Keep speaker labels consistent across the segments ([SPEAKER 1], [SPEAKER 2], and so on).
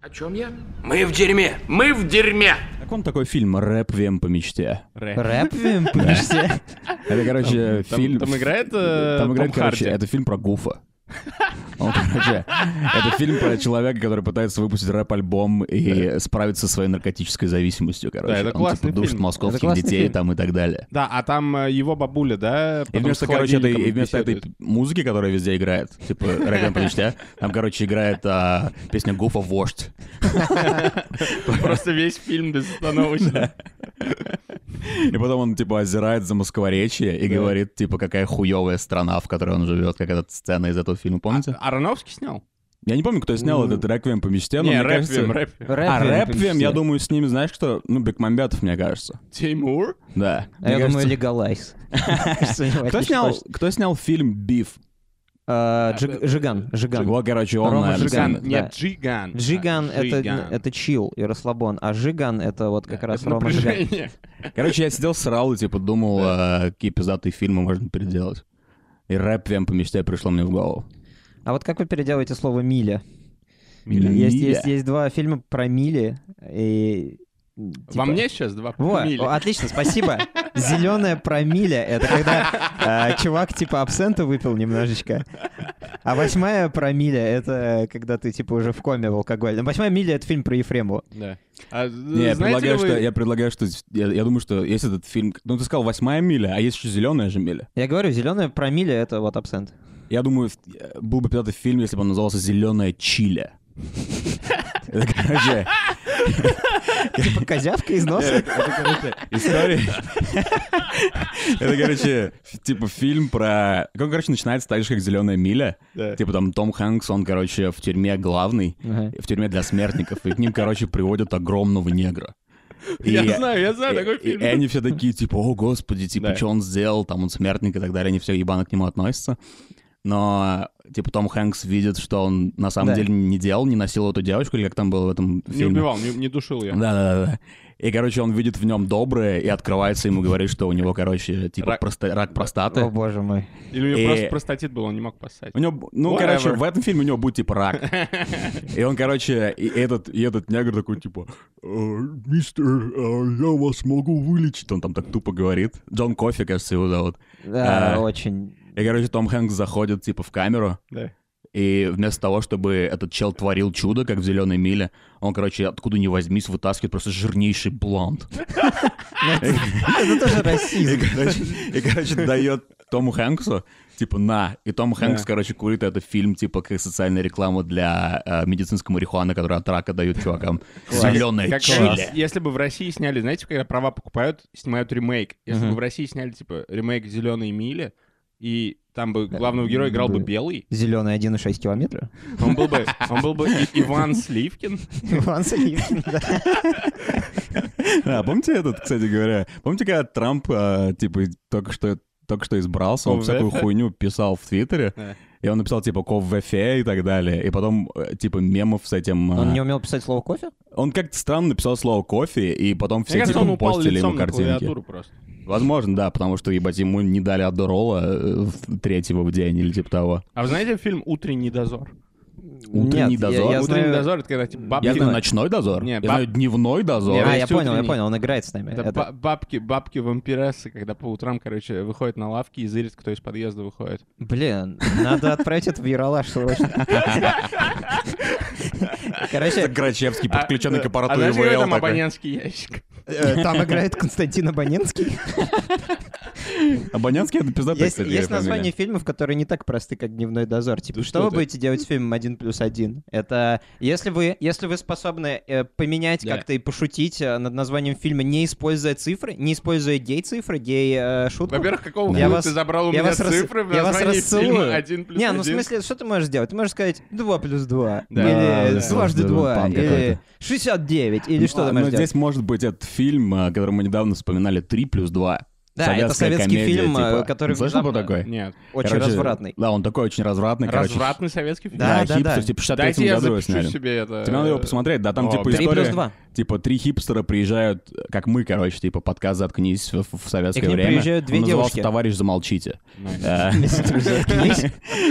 [SPEAKER 1] О чем я?
[SPEAKER 2] Мы в дерьме. Мы в дерьме.
[SPEAKER 3] Как вам такой фильм «Рэпвем по мечте»?
[SPEAKER 4] Рэпвим, подожди.
[SPEAKER 3] Это, короче,
[SPEAKER 5] Там-
[SPEAKER 3] фильм...
[SPEAKER 5] Там играет э,
[SPEAKER 3] Там
[SPEAKER 5] Том
[SPEAKER 3] играет, короче,
[SPEAKER 5] Харди.
[SPEAKER 3] это фильм про Гуфа. Он, короче, это фильм про человека, который пытается выпустить рэп-альбом и справиться со своей наркотической зависимости, короче.
[SPEAKER 5] Да, это
[SPEAKER 3] Он,
[SPEAKER 5] классный
[SPEAKER 3] типа, душит
[SPEAKER 5] фильм.
[SPEAKER 3] московских
[SPEAKER 4] Это классный
[SPEAKER 3] детей
[SPEAKER 4] фильм.
[SPEAKER 3] там и так далее.
[SPEAKER 5] Да, а там э, его бабуля, да?
[SPEAKER 3] И
[SPEAKER 5] потом
[SPEAKER 3] вместо,
[SPEAKER 5] с
[SPEAKER 3] короче, этой,
[SPEAKER 5] холодильником
[SPEAKER 3] и вместо этой
[SPEAKER 5] беседует.
[SPEAKER 3] музыки, которая везде играет, типа «Рэп по мечте», там, короче, играет а, песня Гуфа «Вождь».
[SPEAKER 2] Просто весь фильм безостановочно.
[SPEAKER 3] И потом он, типа, озирает за москворечье и говорит, типа, какая хуевая страна, в которой он живет, как эта сцена из этого фильма,
[SPEAKER 5] А,
[SPEAKER 3] помните?
[SPEAKER 5] Ароновский снял?
[SPEAKER 3] Я не помню, кто снял этот «Реквием по мечте», но
[SPEAKER 5] Не,
[SPEAKER 3] Ну, мне кажется...
[SPEAKER 5] рэпвим, рэпвим.
[SPEAKER 3] А
[SPEAKER 4] Рэпвим,
[SPEAKER 3] «Рэпвим», я
[SPEAKER 4] подожди.
[SPEAKER 3] думаю, с ними, знаешь кто? Ну, Бекмамбетов, мне кажется.
[SPEAKER 5] Тимур?
[SPEAKER 3] Да.
[SPEAKER 4] А
[SPEAKER 3] Мне
[SPEAKER 4] я думаю,
[SPEAKER 3] кажется-
[SPEAKER 4] легалайз.
[SPEAKER 3] кто снял, кто снял фильм «Биф»?
[SPEAKER 4] А,
[SPEAKER 5] А,
[SPEAKER 4] Жиган, Жиган.
[SPEAKER 3] Вот, короче, он,
[SPEAKER 4] Рома
[SPEAKER 3] наверное,
[SPEAKER 4] Жиган.
[SPEAKER 3] сам-
[SPEAKER 5] Джиган.
[SPEAKER 4] да.
[SPEAKER 5] Нет, Джиган.
[SPEAKER 4] Джиган это,
[SPEAKER 5] Джиган.
[SPEAKER 4] это чил и расслабон, а Жиган это вот как раз
[SPEAKER 5] Это
[SPEAKER 4] Рома Типа. Жиган.
[SPEAKER 5] напряжение.
[SPEAKER 3] Короче, я сидел, срал и, типа, думал, а, какие пиздатые фильмы можно переделать. И «Рэпвим по мечте» пришло мне в голову.
[SPEAKER 4] А вот как вы переделаете слово миля?
[SPEAKER 3] Миля.
[SPEAKER 4] Есть,
[SPEAKER 3] Миля.
[SPEAKER 4] есть, есть два фильма про мили. И, м,
[SPEAKER 5] Во
[SPEAKER 4] типа-
[SPEAKER 5] мне сейчас два
[SPEAKER 4] Во,
[SPEAKER 5] промилле.
[SPEAKER 4] о, отлично, спасибо. Зеленая промиля — это когда э, чувак типа абсента выпил немножечко. А восьмая промиля — это когда ты типа уже в коме в алкоголь. Ну, восьмая миля — это фильм про Ефремова.
[SPEAKER 5] Да. А,
[SPEAKER 3] Не, я
[SPEAKER 5] знаете
[SPEAKER 3] предлагаю,
[SPEAKER 5] ли вы-
[SPEAKER 3] что, я предлагаю, что... Я, я думаю, что есть этот фильм... Ну, ты сказал «Восьмая миля», а есть еще «Зеленая же миля».
[SPEAKER 4] Я говорю, зеленая промиля — это вот абсент.
[SPEAKER 3] Я думаю, в- э, был бы пиздатый фильм, если бы он назывался «Зеленая чили». Это, короче,
[SPEAKER 4] Типа козявка из носа.
[SPEAKER 3] история... Это, короче, ф- типа фильм про... Он, короче, начинается так же, как «Зеленая миля».
[SPEAKER 5] Да.
[SPEAKER 3] Типа там Том Хэнкс, он, короче, в тюрьме главный,
[SPEAKER 4] Ага.
[SPEAKER 3] в тюрьме для смертников, и к ним, короче, приводят огромного негра. И-
[SPEAKER 5] Я знаю, я знаю
[SPEAKER 3] и-
[SPEAKER 5] такой
[SPEAKER 3] и,
[SPEAKER 5] фильм.
[SPEAKER 3] и они все такие, типа, о, господи, типа,
[SPEAKER 5] Да.
[SPEAKER 3] что он сделал, там, он смертник и так далее, они все ебано к нему относятся. Но, типа, Том Хэнкс видит, что он на самом
[SPEAKER 4] Да.
[SPEAKER 3] деле не делал, не носил эту девочку, или как там было в этом
[SPEAKER 5] Не
[SPEAKER 3] фильме.
[SPEAKER 5] убивал, не не душил
[SPEAKER 3] Ну,
[SPEAKER 5] я.
[SPEAKER 3] Да-да-да. И, короче, он видит в нем доброе, и открывается ему, говорит, что у него, короче, типа,
[SPEAKER 5] Рак.
[SPEAKER 3] проста- рак простаты.
[SPEAKER 4] О, боже мой.
[SPEAKER 5] Или у него
[SPEAKER 3] И-
[SPEAKER 5] просто простатит был, он не мог поссать.
[SPEAKER 3] э, У него, б- ну,
[SPEAKER 5] Whatever.
[SPEAKER 3] короче, в этом фильме у него будет, типа, рак. И он, короче, и этот, и этот негр такой, типа, «Э, мистер, э, я вас могу вылечить. Он там так тупо говорит. Джон Кофи, кажется, его зовут.
[SPEAKER 4] Да,
[SPEAKER 3] А.
[SPEAKER 4] очень.
[SPEAKER 3] И, короче, Том Хэнкс заходит, типа, в камеру,
[SPEAKER 5] Да.
[SPEAKER 3] и вместо того, чтобы этот чел творил чудо, как в «Зеленой миле», он, короче, откуда ни возьмись, вытаскивает просто жирнейший блонд.
[SPEAKER 4] Это тоже
[SPEAKER 3] И,
[SPEAKER 4] расизм.
[SPEAKER 3] короче, и, короче, дает Тому Хэнксу, типа, на. И Том Хэнкс,
[SPEAKER 5] Да.
[SPEAKER 3] короче, курит этот фильм, типа, как социальная реклама для э, медицинской марихуаны, которую от рака дают чувакам. Зеленая
[SPEAKER 5] Как
[SPEAKER 3] чили.
[SPEAKER 5] раз, если бы в России сняли, знаете, когда права покупают, снимают ремейк. Если бы в России сняли, типа, ремейк «Зеленые мили», и там бы главного героя играл бы
[SPEAKER 4] Бы.
[SPEAKER 5] белый,
[SPEAKER 4] Зеленый 1,6 километра.
[SPEAKER 5] он был бы, он был бы И- Иван Сливкин.
[SPEAKER 4] Иван Сливкин, да.
[SPEAKER 3] А, помните этот, кстати говоря, помните, когда Трамп, а, типа, только что только что избрался, он
[SPEAKER 5] Ков
[SPEAKER 3] всякую
[SPEAKER 5] Вефе?
[SPEAKER 3] хуйню писал в Твиттере,
[SPEAKER 5] Да.
[SPEAKER 3] и он написал, типа, ков вефе и так далее, и потом, э, типа, мемов с этим... а,
[SPEAKER 4] Он не умел писать слово кофе?
[SPEAKER 3] он как-то странно написал слово кофе, и потом все,
[SPEAKER 5] Мне кажется,
[SPEAKER 3] типа,
[SPEAKER 5] он упал
[SPEAKER 3] постили ему
[SPEAKER 5] лицом на
[SPEAKER 3] картинки.
[SPEAKER 5] клавиатуру просто.
[SPEAKER 3] Возможно, да, потому что, ебать, ему не дали аддерола э, в- третьего в день или типа того.
[SPEAKER 5] А вы знаете фильм «Утренний дозор»?
[SPEAKER 3] Утренний
[SPEAKER 4] Нет, я-
[SPEAKER 3] дозор?
[SPEAKER 4] я
[SPEAKER 5] «Утренний
[SPEAKER 4] знаю-
[SPEAKER 5] дозор» — это когда, типа, бабки...
[SPEAKER 3] Я знаю
[SPEAKER 5] Да,
[SPEAKER 3] ночной дозор,
[SPEAKER 5] Не,
[SPEAKER 3] я
[SPEAKER 5] баб-
[SPEAKER 3] знаю дневной дозор.
[SPEAKER 5] Не,
[SPEAKER 4] А, я
[SPEAKER 5] есть
[SPEAKER 4] понял, я
[SPEAKER 5] утренний.
[SPEAKER 4] понял, он играет с нами. Это-
[SPEAKER 5] ба- бабки, бабки вампирессы, когда по утрам, короче, выходят на лавки и зырят, кто из подъезда выходит.
[SPEAKER 4] Блин, надо отправить это в Яралаш срочно.
[SPEAKER 3] Это
[SPEAKER 4] Короче,
[SPEAKER 3] Грачевский,
[SPEAKER 5] А,
[SPEAKER 3] подключенный к
[SPEAKER 5] да.
[SPEAKER 3] аппарату
[SPEAKER 5] А знаешь, какой
[SPEAKER 3] ИВЛ
[SPEAKER 5] там
[SPEAKER 3] такой.
[SPEAKER 5] абонентский ящик?
[SPEAKER 4] э, там играет Константин Абоненский.
[SPEAKER 3] Абонентский это пиздатый,
[SPEAKER 4] Есть
[SPEAKER 3] кстати,
[SPEAKER 4] есть
[SPEAKER 3] говоря,
[SPEAKER 4] названия
[SPEAKER 3] фамилия.
[SPEAKER 4] фильмов, которые не так просты, как «Дневной дозор». Типа,
[SPEAKER 5] Да
[SPEAKER 4] что
[SPEAKER 5] что
[SPEAKER 4] вы
[SPEAKER 5] ты.
[SPEAKER 4] будете делать с фильмом «Один плюс один»? Это если вы если вы способны э, поменять
[SPEAKER 5] Да.
[SPEAKER 4] как-то и пошутить э, над названием фильма, не используя цифры, не используя гей-цифры, гей-шутку,
[SPEAKER 5] Во-первых, какого
[SPEAKER 4] Я
[SPEAKER 5] хуя
[SPEAKER 4] вас-
[SPEAKER 5] ты забрал у
[SPEAKER 4] я
[SPEAKER 5] меня
[SPEAKER 4] вас рас-
[SPEAKER 5] цифры в
[SPEAKER 4] я вас
[SPEAKER 5] названии
[SPEAKER 4] расцелую.
[SPEAKER 5] фильма 1 плюс
[SPEAKER 4] Не, ну в
[SPEAKER 5] 1?
[SPEAKER 4] смысле, что ты можешь сделать? Ты можешь сказать 2 плюс 2,
[SPEAKER 5] Да. ну,
[SPEAKER 3] Да,
[SPEAKER 4] или
[SPEAKER 3] да,
[SPEAKER 4] дважды
[SPEAKER 3] да,
[SPEAKER 4] 2,
[SPEAKER 3] панк
[SPEAKER 4] или
[SPEAKER 3] какой-то.
[SPEAKER 4] 69, или
[SPEAKER 3] Ну,
[SPEAKER 4] что ты
[SPEAKER 3] Но
[SPEAKER 4] можешь делать?
[SPEAKER 3] здесь может быть этот фильм, э, который мы недавно вспоминали, «3 плюс 2».
[SPEAKER 4] Да, это
[SPEAKER 3] Советская
[SPEAKER 4] советский
[SPEAKER 3] комедия,
[SPEAKER 4] фильм,
[SPEAKER 3] типа.
[SPEAKER 4] э, который
[SPEAKER 3] Слышал про
[SPEAKER 4] внезапно
[SPEAKER 3] такой?
[SPEAKER 5] Нет.
[SPEAKER 4] очень
[SPEAKER 3] Короче,
[SPEAKER 4] развратный.
[SPEAKER 3] Да, он такой очень развратный, короче.
[SPEAKER 5] Развратный советский фильм?
[SPEAKER 4] Да,
[SPEAKER 3] Да,
[SPEAKER 4] да,
[SPEAKER 3] хипстер,
[SPEAKER 4] да.
[SPEAKER 3] типа в 63
[SPEAKER 5] Дайте я
[SPEAKER 3] году его
[SPEAKER 5] запишу
[SPEAKER 3] сняли.
[SPEAKER 5] себе это.
[SPEAKER 3] Тебе надо его посмотреть, да, там
[SPEAKER 5] О,
[SPEAKER 3] типа
[SPEAKER 5] три
[SPEAKER 4] Три плюс
[SPEAKER 3] история,
[SPEAKER 4] два.
[SPEAKER 3] типа три хипстера приезжают, как мы, короче, типа подкаст «Заткнись» в, в советское
[SPEAKER 4] И к ним
[SPEAKER 3] время.
[SPEAKER 4] приезжают две
[SPEAKER 3] Он назывался
[SPEAKER 4] девушки.
[SPEAKER 3] «Товарищ, замолчите».
[SPEAKER 5] Nice.
[SPEAKER 3] Да.
[SPEAKER 4] Если ты заткнись.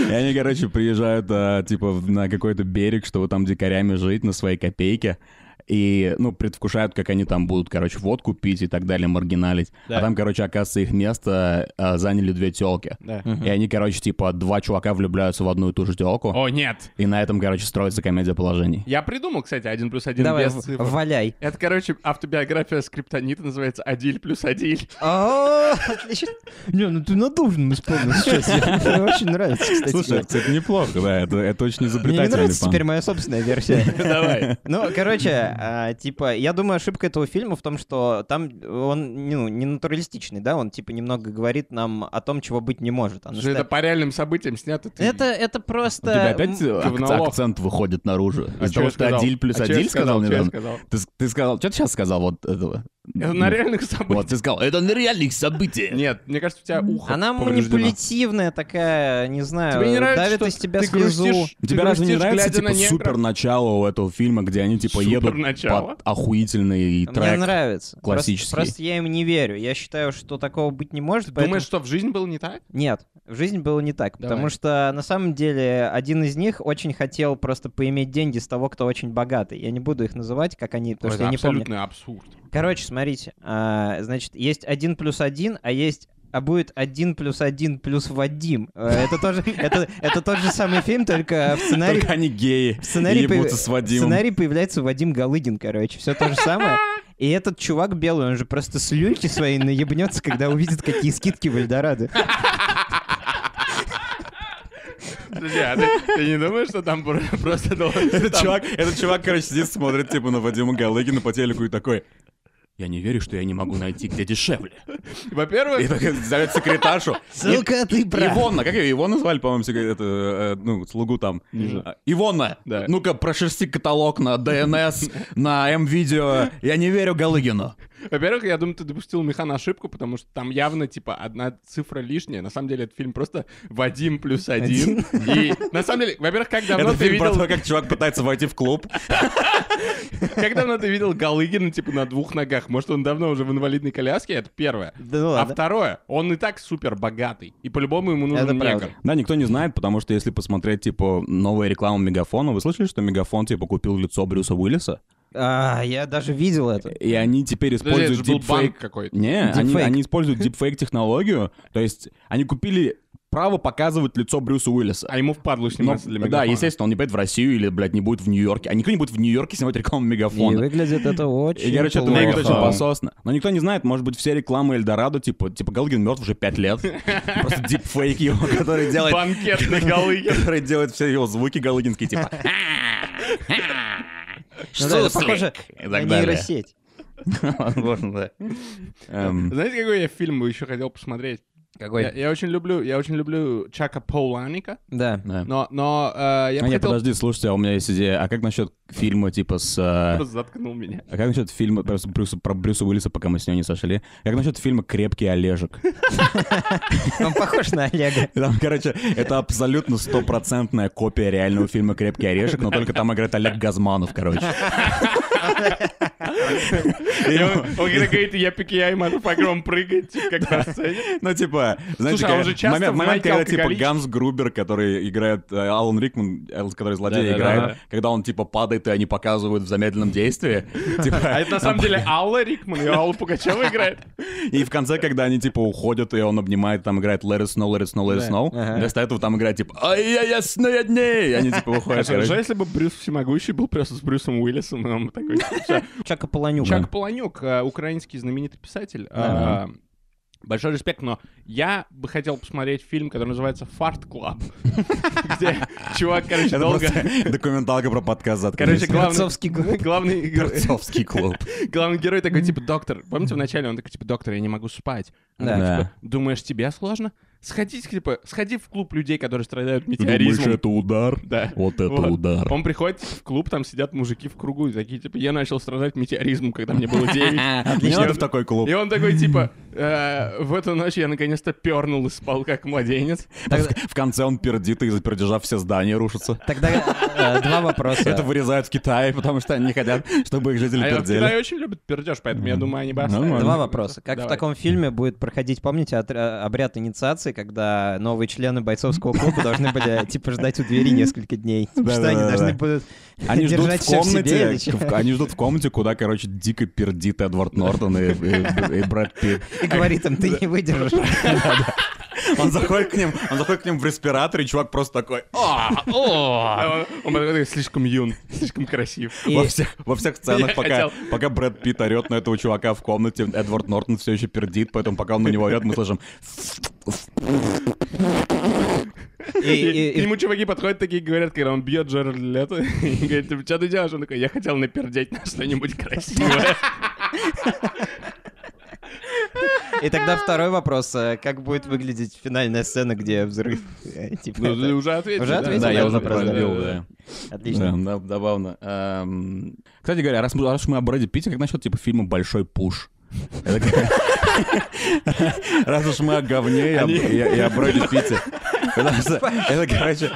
[SPEAKER 3] И они, короче, приезжают, а, типа, в- на какой-то берег, чтобы там дикарями жить на свои копейки. И, ну, предвкушают, как они там будут, короче, водку пить и так далее, маргиналить.
[SPEAKER 5] Да.
[SPEAKER 3] А там, короче, оказывается, их место а, заняли две телки.
[SPEAKER 5] Да.
[SPEAKER 3] И они, короче, типа, два чувака влюбляются в одну и ту же телку.
[SPEAKER 5] О, нет.
[SPEAKER 3] И на этом, короче, строится комедия положений.
[SPEAKER 5] Я придумал, кстати, один плюс один
[SPEAKER 4] Давай,
[SPEAKER 5] без
[SPEAKER 4] в-
[SPEAKER 5] цифр.
[SPEAKER 4] валяй.
[SPEAKER 5] Это, короче, автобиография скриптонита называется «Адиль плюс Адиль».
[SPEAKER 4] Ну, О, Отлично. Не, ну ты надолжен исполнил сейчас. Мне очень нравится, кстати.
[SPEAKER 3] Слушай, это, это неплохо, да, это, это очень
[SPEAKER 4] Мне не
[SPEAKER 3] изобретательный
[SPEAKER 4] нравится
[SPEAKER 3] план.
[SPEAKER 4] теперь моя собственная версия.
[SPEAKER 5] Давай.
[SPEAKER 4] Ну, короче, а, типа, я думаю, ошибка этого фильма в том, что там он ну, не натуралистичный, да, он типа немного говорит нам о том, чего быть не может. А на
[SPEAKER 5] Же Это
[SPEAKER 4] что-
[SPEAKER 5] по реальным событиям снято. ты-
[SPEAKER 4] это, это
[SPEAKER 3] У тебя
[SPEAKER 4] просто...
[SPEAKER 3] опять
[SPEAKER 4] м,
[SPEAKER 3] ак-
[SPEAKER 5] говнолог.
[SPEAKER 3] акцент выходит наружу.
[SPEAKER 5] А
[SPEAKER 3] Из-за
[SPEAKER 5] чё я
[SPEAKER 3] того, что
[SPEAKER 5] сказал?
[SPEAKER 3] «Адиль плюс
[SPEAKER 5] А чё я
[SPEAKER 3] Адиль» сказал
[SPEAKER 5] чё я
[SPEAKER 3] недавно.
[SPEAKER 5] сказал?
[SPEAKER 3] Ты, с- ты сказал, что ты сейчас сказал вот этого?
[SPEAKER 5] Это на реальных событиях.
[SPEAKER 3] Вот, ты сказал, это на реальных событиях.
[SPEAKER 5] Нет, мне кажется, у тебя ухо
[SPEAKER 4] Она
[SPEAKER 5] повреждено.
[SPEAKER 4] манипулятивная такая, не знаю,
[SPEAKER 5] Тебе не нравится,
[SPEAKER 4] давит
[SPEAKER 5] что
[SPEAKER 4] из тебя
[SPEAKER 5] ты
[SPEAKER 4] слезу.
[SPEAKER 5] грустишь?
[SPEAKER 3] Тебе
[SPEAKER 5] Ты
[SPEAKER 3] разве не
[SPEAKER 5] грустишь,
[SPEAKER 3] нравится,
[SPEAKER 5] глядя на
[SPEAKER 3] типа,
[SPEAKER 5] негров?
[SPEAKER 3] супер начало у этого фильма, где они, типа, едут
[SPEAKER 5] Суперначало?
[SPEAKER 3] под охуительный
[SPEAKER 4] Мне
[SPEAKER 3] трек?
[SPEAKER 4] нравится. Просто-
[SPEAKER 3] классический.
[SPEAKER 4] Просто, я им не верю. Я считаю, что такого быть не может. поэтому-
[SPEAKER 5] Думаешь, что в жизни было не так?
[SPEAKER 4] Нет, в жизни было не так,
[SPEAKER 5] Давай.
[SPEAKER 4] потому что на самом деле один из них очень хотел просто поиметь деньги с того, кто очень богатый. Я не буду их называть, как они, потому
[SPEAKER 5] Ой, это
[SPEAKER 4] что я не
[SPEAKER 5] абсолютный
[SPEAKER 4] помню.
[SPEAKER 5] абсурд.
[SPEAKER 4] Короче, смотрите, а, значит, есть один плюс один, а есть а будет один плюс один плюс Вадим. Э, Это тоже, это, это тот же самый фильм, только в сценарии,
[SPEAKER 3] Только они геи.
[SPEAKER 4] в сценарии,
[SPEAKER 3] и
[SPEAKER 4] появ-
[SPEAKER 3] ебутся с Вадимом.
[SPEAKER 4] в сценарии появляется Вадим Галыгин, короче. Все то же самое. И этот чувак белый, он же просто с люльки своей наебнется, когда увидит, какие скидки в Эльдорадо.
[SPEAKER 5] Подожди, а ты, ты не думаешь, что там про- просто должен...
[SPEAKER 3] Этот
[SPEAKER 5] там-
[SPEAKER 3] чувак, этот чувак, короче, сидит, смотрит, типа, на Вадима Галыгина по телеку и такой... Я не верю, что я не могу найти, где дешевле. И
[SPEAKER 5] Во-первых,
[SPEAKER 3] так зовет секретаршу.
[SPEAKER 4] Сука, ты прав.
[SPEAKER 3] Ивонна, как ее? Ивонна звали, по-моему, секре- это, э, ну, слугу там. А, Ивонна,
[SPEAKER 5] Да.
[SPEAKER 3] ну-ка, прошерсти каталог на DNS, на М-видео. Я не верю Галыгину.
[SPEAKER 5] во-первых, я думаю, ты допустил Михан ошибку, потому что там явно, типа, одна цифра лишняя. На самом деле, этот фильм просто Вадим плюс один. И, на самом деле, во-первых, как давно
[SPEAKER 3] Это
[SPEAKER 5] ты
[SPEAKER 3] фильм про
[SPEAKER 5] видел...
[SPEAKER 3] то, как чувак пытается войти в клуб.
[SPEAKER 5] Как давно ты видел Галыгина, типа, на двух ногах? Может, он давно уже в инвалидной коляске? Это первое.
[SPEAKER 4] Да ну
[SPEAKER 5] А
[SPEAKER 4] ладно.
[SPEAKER 5] второе, он и так супер богатый. И по-любому ему нужен
[SPEAKER 4] Это правда.
[SPEAKER 5] негр.
[SPEAKER 3] Да, никто не знает, потому что если посмотреть, типа, новая реклама Мегафона, вы слышали, что Мегафон, типа, купил лицо Брюса Уиллиса?
[SPEAKER 4] А, я даже видел это.
[SPEAKER 3] И они теперь
[SPEAKER 5] Подожди, это
[SPEAKER 3] используют
[SPEAKER 5] же был банк
[SPEAKER 3] дипфейк.
[SPEAKER 5] какой-то.
[SPEAKER 3] Не, они,
[SPEAKER 4] Дипфейк.
[SPEAKER 3] они используют дипфейк-технологию, то есть они купили право показывать лицо Брюса Уиллиса.
[SPEAKER 5] А ему впадло
[SPEAKER 3] Но-
[SPEAKER 5] сниматься для
[SPEAKER 3] Ну, да,
[SPEAKER 5] мегафона.
[SPEAKER 3] естественно, он не поедет в Россию или, блядь, не будет в Нью-Йорке. А никто не будет в Нью-Йорке снимать рекламу
[SPEAKER 4] И
[SPEAKER 3] Мегафона.
[SPEAKER 4] выглядит это очень
[SPEAKER 3] И, короче, это
[SPEAKER 4] плохо.
[SPEAKER 3] выглядит очень
[SPEAKER 5] Мегафон.
[SPEAKER 3] пососно. Но никто не знает, может быть, все рекламы Эльдорадо, типа, типа Галгин мертв уже пять лет. Просто дипфейк его, который делает...
[SPEAKER 5] Банкет на Галыгин.
[SPEAKER 3] Который делает все его звуки галыгинские, типа...
[SPEAKER 4] Ну да, это
[SPEAKER 3] «Суслик!»
[SPEAKER 4] похоже
[SPEAKER 3] и
[SPEAKER 4] на
[SPEAKER 3] так далее.
[SPEAKER 4] нейросеть.
[SPEAKER 3] Возможно, да. Эм,
[SPEAKER 5] Знаете, какой я фильм бы еще хотел посмотреть? Я,
[SPEAKER 4] Какой?
[SPEAKER 5] я очень люблю, я очень люблю Чака Пауланика,
[SPEAKER 4] Да.
[SPEAKER 3] да.
[SPEAKER 5] но, но э, Ну, я бы
[SPEAKER 3] А не,
[SPEAKER 5] хотел...
[SPEAKER 3] подожди, слушайте, а у меня есть идея. А как насчет фильма, типа, с... э,
[SPEAKER 5] Просто заткнул меня.
[SPEAKER 3] А как насчет фильма про Брюса, про Брюса Уиллиса, пока мы с ним не сошли? Как насчет фильма «Крепкий Олежек»?
[SPEAKER 4] Он похож на Олега.
[SPEAKER 3] И Там, короче, это абсолютно стопроцентная копия реального фильма «Крепкий орешек», но только там играет Олег Газманов, короче.
[SPEAKER 5] И он,
[SPEAKER 3] ну,
[SPEAKER 5] он когда говорит, я пикияй, motherfucker, он прыгает, типа, как на сцене.
[SPEAKER 3] Ну, типа, знаете,
[SPEAKER 5] Слушай, а он
[SPEAKER 3] как-
[SPEAKER 5] же часто
[SPEAKER 3] момент,
[SPEAKER 5] в
[SPEAKER 3] момент,
[SPEAKER 5] «Майке
[SPEAKER 3] когда, типа,
[SPEAKER 5] алкоголичке».
[SPEAKER 3] Ганс Грубер, который играет, э, Алан Рикман, э, который злодей
[SPEAKER 5] Да-да-да.
[SPEAKER 3] играет,
[SPEAKER 5] Ага.
[SPEAKER 3] когда он, типа, падает, и они показывают в замедленном действии. Типа,
[SPEAKER 5] А это на самом деле Алла Рикман и Алла Пугачева играет.
[SPEAKER 3] И в конце, когда они, типа, уходят, и он обнимает, там играет «Let it snow, let it snow, let it
[SPEAKER 5] Да.
[SPEAKER 3] snow»,
[SPEAKER 4] Ага.
[SPEAKER 3] вместо этого там играет, типа, «Ай-яй, ясные дни!» И они, типа, уходят,
[SPEAKER 5] Хорошо,
[SPEAKER 3] короче.
[SPEAKER 5] если бы Брюс Всемогущий был просто с Брюсом Уиллисом, и он бы такой... типа, «Слушай,
[SPEAKER 4] Чака Полонюк.
[SPEAKER 5] Чак Полонюк, э, украинский знаменитый писатель.
[SPEAKER 3] Да.
[SPEAKER 5] Э, Большой респект, но я бы хотел посмотреть фильм, который называется «Фарт Клаб», где чувак, короче,
[SPEAKER 3] Это
[SPEAKER 5] долго...
[SPEAKER 3] просто документалка про подкаст «Заткнись».
[SPEAKER 5] Короче, главный...
[SPEAKER 4] Перцовский клуб.
[SPEAKER 5] Главный, гер-
[SPEAKER 3] Перцовский клуб.
[SPEAKER 5] главный герой такой, типа, доктор. Помните, вначале он такой, типа, доктор, я не могу спать. Она
[SPEAKER 4] Да.
[SPEAKER 5] такая, типа, Думаешь, тебе сложно? сходить, типа, сходи в клуб людей, которые страдают
[SPEAKER 3] Типа, Думаешь,
[SPEAKER 5] метеоризмом.
[SPEAKER 3] это удар?
[SPEAKER 5] Да.
[SPEAKER 3] Вот это
[SPEAKER 5] Вот.
[SPEAKER 3] удар.
[SPEAKER 5] Он приходит типа, в клуб, там сидят мужики в кругу и такие, типа, я начал страдать метеоризмом, когда мне было 9.
[SPEAKER 3] Не
[SPEAKER 5] И он-
[SPEAKER 3] надо в такой клуб.
[SPEAKER 5] И он такой, типа, «Э, в эту ночь я наконец-то пернул и спал как младенец.
[SPEAKER 3] А В в конце он пердит, и из пердежа все здания рушатся.
[SPEAKER 4] Тогда э, два вопроса.
[SPEAKER 3] Это вырезают в Китае, потому что они не хотят, чтобы их жители
[SPEAKER 5] А я в Китае
[SPEAKER 3] пердели.
[SPEAKER 5] очень любят пердеж, поэтому я думаю, они бы оставили.
[SPEAKER 3] Нормально.
[SPEAKER 4] Два вопроса. Как в
[SPEAKER 5] Давай.
[SPEAKER 4] таком фильме будет проходить, помните, отр- э, обряд инициации, когда новые члены бойцовского клуба должны были, типа, ждать у двери несколько дней? Типа, Что они
[SPEAKER 3] Да-да-да-да.
[SPEAKER 4] должны будут
[SPEAKER 3] Они ждут
[SPEAKER 4] держать
[SPEAKER 3] в
[SPEAKER 4] всё в себе? или
[SPEAKER 3] комнате,
[SPEAKER 4] чё?
[SPEAKER 3] в- они ждут в комнате, куда, короче, дико пердит Эдвард Нортон и, и- и Брэд Питт.
[SPEAKER 4] И говорит им, ты не выдержишь.
[SPEAKER 3] Он заходит к ним, он заходит к ним в респиратор, и чувак просто такой
[SPEAKER 5] А он- Он потом такой, слишком юн, слишком красив.
[SPEAKER 4] И-
[SPEAKER 3] во всех, во всех сценах,
[SPEAKER 5] Я
[SPEAKER 3] пока,
[SPEAKER 5] хотел.
[SPEAKER 3] пока Брэд Питт орет на этого чувака в комнате, Эдвард Нортон все еще пердит, поэтому пока он на него орет, мы слышим
[SPEAKER 4] и- и-
[SPEAKER 5] И
[SPEAKER 4] и-
[SPEAKER 5] к нему чуваки подходят такие говорят, когда он бьет Джеральд Лето, и говорит, типа, что ты делаешь? Он такой, я хотел напердеть на что-нибудь красивое.
[SPEAKER 4] И тогда второй вопрос. э, Как будет выглядеть финальная сцена, где взрыв? Э, типа,
[SPEAKER 5] Ну, ты
[SPEAKER 4] это-
[SPEAKER 5] уже ответил.
[SPEAKER 4] Уже ответил
[SPEAKER 3] Да,
[SPEAKER 4] на
[SPEAKER 3] я
[SPEAKER 4] этот
[SPEAKER 3] уже
[SPEAKER 4] вопрос, да.
[SPEAKER 3] пробил, да.
[SPEAKER 4] Отлично.
[SPEAKER 3] Да, да, забавно. Эм, Кстати говоря, раз мы, раз мы о Брэде Питте, как насчет типа фильма «Большой пуш»? Это как- Раз уж мы о говне и о- и о и о Брэде Питте. Потому что это, короче...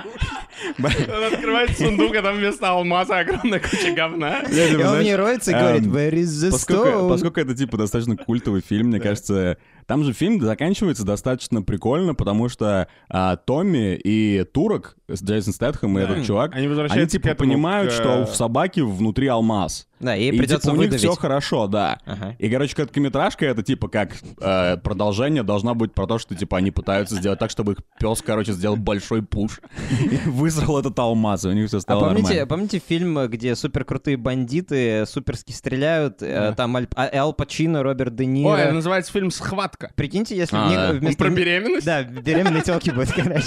[SPEAKER 5] Он открывает сундук, а там вместо алмаза огромная куча говна.
[SPEAKER 3] я
[SPEAKER 4] И
[SPEAKER 3] думаю,
[SPEAKER 4] он в ней
[SPEAKER 3] знаешь,
[SPEAKER 4] роется и говорит,
[SPEAKER 3] эм,
[SPEAKER 4] where is the
[SPEAKER 3] Поскольку,
[SPEAKER 4] stone?»
[SPEAKER 3] поскольку это, типа, достаточно культовый фильм, мне кажется, там же фильм заканчивается достаточно прикольно, потому что а, Томми и Турок, с Джейсон Стэтхэм и этот чувак,
[SPEAKER 5] Они возвращаются
[SPEAKER 3] они, типа,
[SPEAKER 5] к этому,
[SPEAKER 3] понимают,
[SPEAKER 5] к,
[SPEAKER 3] что
[SPEAKER 5] э,
[SPEAKER 3] в собаке внутри алмаз.
[SPEAKER 4] Да, ей
[SPEAKER 3] И,
[SPEAKER 4] придется
[SPEAKER 3] типа, у них
[SPEAKER 4] выдавить.
[SPEAKER 3] все хорошо, да.
[SPEAKER 4] Ага.
[SPEAKER 3] И, короче, короткометражка это типа как э, продолжение должна быть про то, что типа они пытаются сделать так, чтобы их пес, короче, сделал большой пуш и высрал этот алмаз, и у них все
[SPEAKER 4] А
[SPEAKER 3] стало
[SPEAKER 4] помните,
[SPEAKER 3] нормально.
[SPEAKER 4] помните фильм, где суперкрутые бандиты суперски стреляют? э, Там Аль, а- Ал Пачино, Роберт Де Ниро.
[SPEAKER 5] Ой, это называется фильм «Схватка».
[SPEAKER 4] Прикиньте, если
[SPEAKER 3] А,
[SPEAKER 4] мне-
[SPEAKER 3] да.
[SPEAKER 5] Он
[SPEAKER 4] вместо...
[SPEAKER 5] про
[SPEAKER 4] ми-
[SPEAKER 5] беременность?
[SPEAKER 4] Да, беременные телки будет, короче.